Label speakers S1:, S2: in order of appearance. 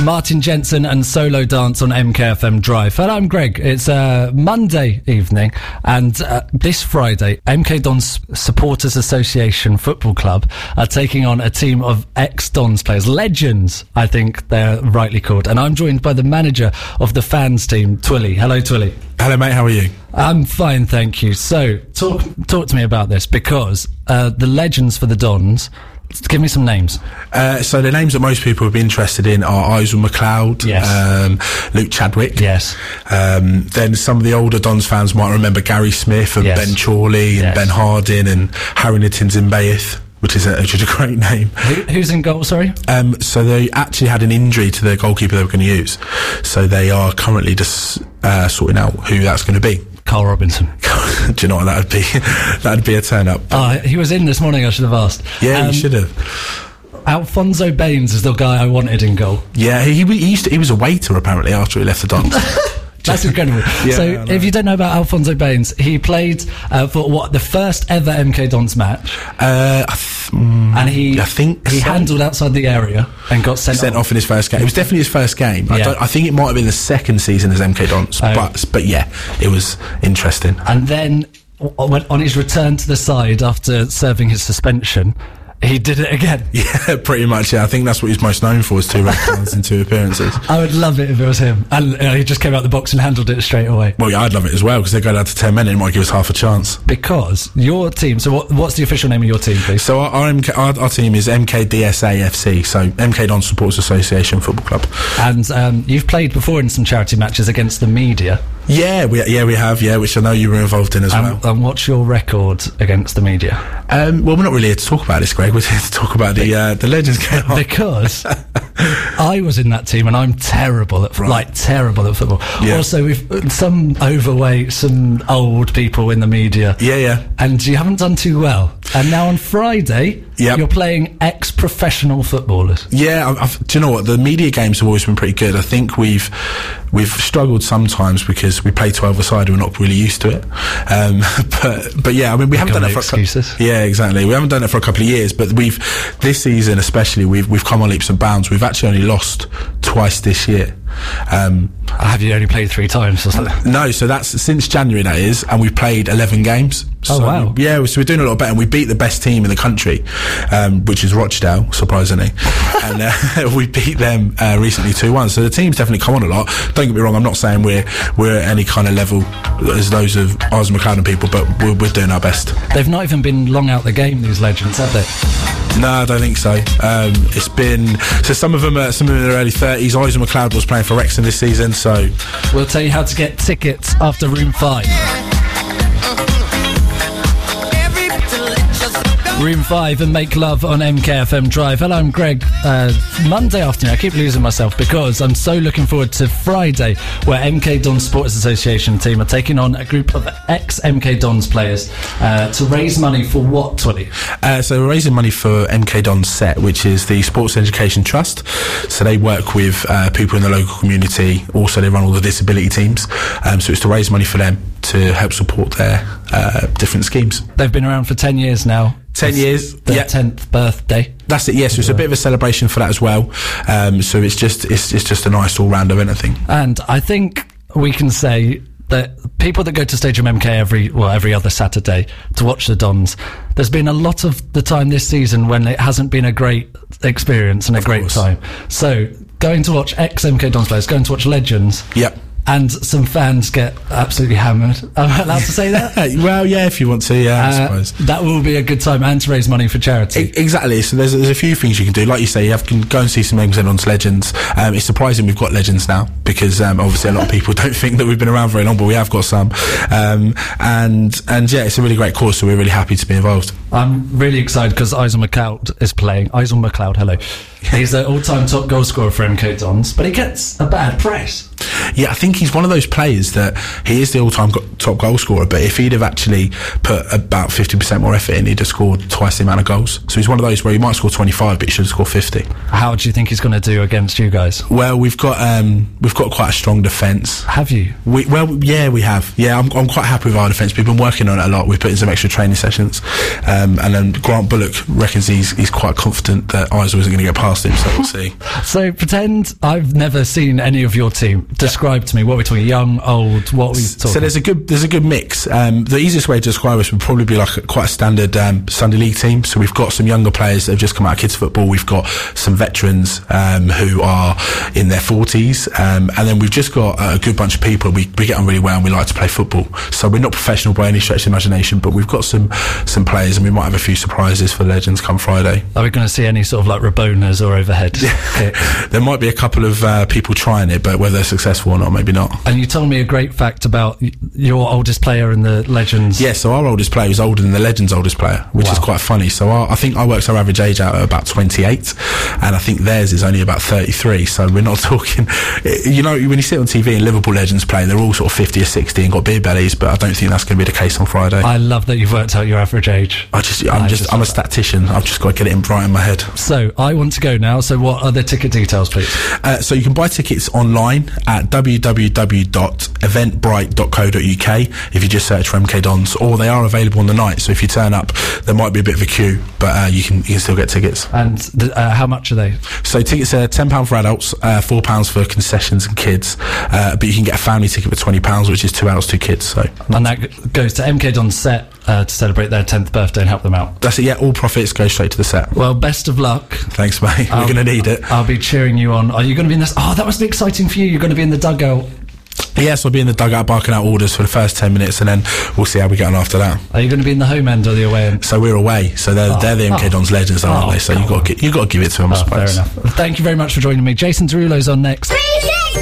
S1: Martin Jensen and Solo Dance on MKFM Drive. And I'm Greg. It's uh, Monday evening, and uh, this Friday, MK Don's Supporters Association Football Club are taking on a team of ex Dons players, legends, I think they're rightly called. And I'm joined by the manager of the fans team, Twilly. Hello, Twilly.
S2: Hello, mate. How are you?
S1: I'm fine, thank you. So, talk talk to me about this because uh, the legends for the Dons. Give me some names.
S2: Uh, so the names that most people would be interested in are Isaac McLeod,
S1: Yes.
S2: um, Luke Chadwick.
S1: Yes.
S2: Um, then some of the older Dons fans might remember Gary Smith and
S1: Yes.
S2: Ben Chorley and
S1: Yes.
S2: Ben Hardin and Harry Nittins in Bayeth, which is a, which is a great name.
S1: Who, who's in goal? Sorry.
S2: Um, so they actually had an injury to their goalkeeper they were going to use. So they are currently just uh, sorting out who that's going to be.
S1: Carl Robinson.
S2: Do you know what that would be? That'd be a turn up.
S1: Oh, he was in this morning. I should have asked.
S2: Yeah,
S1: Um,
S2: you should have.
S1: Alfonso Baines is the guy I wanted in goal.
S2: Yeah, he, he used to, he was a waiter apparently after he left the Dons.
S1: That's incredible.
S2: Yeah,
S1: so,
S2: I know.
S1: if you don't know about Alfonso Baines, he played uh, for what the first ever MK Dons match,
S2: Uh, I, th- mm,
S1: and he
S2: I think
S1: he
S2: so.
S1: handled outside the area and got sent,
S2: sent
S1: off.
S2: off in his first game. It was definitely his first game. I,
S1: Yeah.
S2: don't, I think it might have been the second season as MK Dons,
S1: Oh.
S2: but but yeah, it was interesting.
S1: And then w- when- on his return to the side after serving his suspension, he did it again.
S2: Yeah, pretty much. Yeah, I think that's what he's most known for: is two red cards and two appearances.
S1: I would love it if it was him. And uh, he just came out the box and handled it straight away.
S2: Well, yeah, I'd love it as well because they go down to ten men and it might give us half a chance.
S1: Because your team. So, what, what's the official name of your team, please?
S2: So our our, MK, our, our team is MKDSA FC, so MK Dons Supporters Association Football Club.
S1: And um, you've played before in some charity matches against the media. Um,
S2: Yeah, we yeah we have yeah, which I know you were involved in as well.
S1: And, and what's your record against the media?
S2: Um, well, we're not really here to talk about this, Greg. We're here to talk about the uh, the Legends game.
S1: Because I was in that team and I'm terrible at like terrible at football.
S2: Yeah.
S1: Also, we've some overweight, some old people in the media.
S2: Yeah, yeah.
S1: and you haven't done too well. And now on Friday,
S2: Yep.
S1: you're playing ex-professional footballers.
S2: Yeah, I've, I've, do you know what? The media games have always been pretty good. I think we've we've struggled sometimes because we play twelve aside. We're not really used to it. Um, but but yeah, I mean we haven't
S1: Make
S2: done
S1: up
S2: it for
S1: excuses.
S2: A, cou- yeah, exactly. We haven't done it for a couple of years, but we've this season especially we've we've come on leaps and bounds. We've actually only lost twice this year. Um,
S1: Have you only played three times or something?
S2: no, so that's since January that is, and we've played eleven games.
S1: Oh,
S2: so,
S1: wow.
S2: Yeah, so we're doing a lot better. And we beat the best team in the country, um, which is Rochdale, surprisingly, and uh, we beat them uh, recently two one. So the team's definitely come on a lot. Don't get me wrong, I'm not saying we're we're at any kind of level as those of Oz McLeod and people, but we're, we're doing our best.
S1: They've not even been long out the game. These legends, have they?
S2: No, I don't think so. Um, it's been so some of them are some of them are in their early thirties. Oz McLeod was playing for Wrexham this season, so
S1: We'll tell you how to get tickets after room five. Room 5 and Make Love on MKFM Drive. Hello, I'm Greg. Uh, Monday afternoon, I keep losing myself because I'm so looking forward to Friday, where MK Don Sports Association team are taking on a group of ex MK Dons players uh, to raise money for what, Twilly?
S2: Uh, so we're raising money for MK Don Set, which is the Sports Education Trust. So they work with uh, people in the local community. Also, they run all the disability teams. Um, so it's to raise money for them to help support their uh, different schemes.
S1: They've been around for 10 years now.
S2: 10 years.
S1: Their
S2: Yeah.
S1: 10th birthday.
S2: That's it. Yes, so it's a bit of a celebration for that as well. Um, so it's just it's, it's just a nice all round event. I think.
S1: And I think we can say that people that go to Stadium MK every well every other Saturday to watch the Dons, there's been a lot of the time this season when it hasn't been a great experience and a great
S2: course.
S1: time. So going to watch ex MK Dons players, going to watch Legends,
S2: Yep.
S1: and some fans get absolutely hammered. Am I allowed to say that?
S2: Hey, well, yeah, if you want to, yeah, I
S1: Uh,
S2: suppose.
S1: that will be a good time and to raise money for charity.
S2: E- Exactly. So there's there's a few things you can do. Like you say, you have, can go and see some names and on to legends. Um, it's surprising we've got legends now because um, obviously a lot of people don't think that we've been around very long, but we have got some. Um, and and yeah, it's a really great course, so we're really happy to be involved.
S1: I'm really excited because Isaac McLeod is playing. Isaac McLeod, hello. He's the all-time top goal scorer for MK Dons, but he gets a bad press.
S2: Yeah, I think he's one of those players that he is the all-time go- top goal scorer, but if he'd have actually put about 50% more effort in, he'd have scored twice the amount of goals. So he's one of those where he might score 25, but he should have scored 50.
S1: How do you think he's going to do against you guys?
S2: Well, we've got um, we've got quite a strong defence.
S1: Have you?
S2: We, well, yeah, we have. Yeah, I'm, I'm quite happy with our defence. We've been working on it a lot. We've put in some extra training sessions. Um, and then Grant Bullock reckons he's he's quite confident that Isla isn't going to get past him. So we'll see.
S1: So pretend I've never seen any of your team. Describe to me what we're talking. Young, old. What are we talking?
S2: So there's a good there's a good mix. Um, the easiest way to describe us would probably be like a, quite a standard um, Sunday league team. So we've got some younger players that have just come out of kids football. We've got some veterans um, who are in their 40s, um, and then we've just got a good bunch of people. We, we get on really well, and we like to play football. So we're not professional by any stretch of the imagination, but we've got some some players, and we might have a few surprises for legends come Friday.
S1: Are we going to see any sort of like Rabonas or overhead? kicks?
S2: There might be a couple of uh, people trying it, but whether they're successful or not, maybe not.
S1: And you told me a great fact about y- your oldest player in the Legends.
S2: Yeah, so our oldest player is older than the legend's oldest player, which is
S1: Wow.
S2: quite funny. So our, I think I worked our average age out at about 28, and I think theirs is only about 33. So we're not talking, eh, you know, when you sit on TV and Liverpool legends play, they're all sort of 50 or 60 and got beer bellies, but I don't think that's going to be the case on Friday. I,
S1: I love that you've worked out your average age.
S2: just, I'm
S1: I
S2: just,
S1: just
S2: I'm a statistician. I've just got to get it in right in my head.
S1: So I want to go now. So what are the ticket details, please?
S2: Uh, so you can buy tickets online at www.eventbrite.co.uk if you just search for MK Dons, or they are available on the night. So if you turn up, there might be a bit of a queue, but uh, you can you can still get tickets.
S1: And th- uh, how much are they?
S2: So tickets are ten pound for adults, uh, four pounds for concessions and kids, uh, but you can get a family ticket for twenty pounds, which is two adults, two kids. So.
S1: And that g- goes to MK Don Set uh, to celebrate their 10th birthday and help them out.
S2: That's it, yeah. All profits go straight to the set.
S1: Well, best of luck.
S2: Thanks, mate. We're going to need it.
S1: I'll be cheering you on. Are you going to be in this? Oh, that must be exciting for you. You're going to be in the dugout.
S2: Yes, I'll be in the dugout barking out orders for the first 10 minutes and then we'll see how we get on after that.
S1: Are you going to be in the home end or the away end?
S2: So we're away. So they're, they're the MK
S1: Oh.
S2: Dons legends, aren't
S1: Oh,
S2: they? So you've got, to, gi- you've got to give it to them, I
S1: Oh, fair
S2: suppose.
S1: enough. Thank you very much for joining me. Jason Derulo's on next.
S3: Music!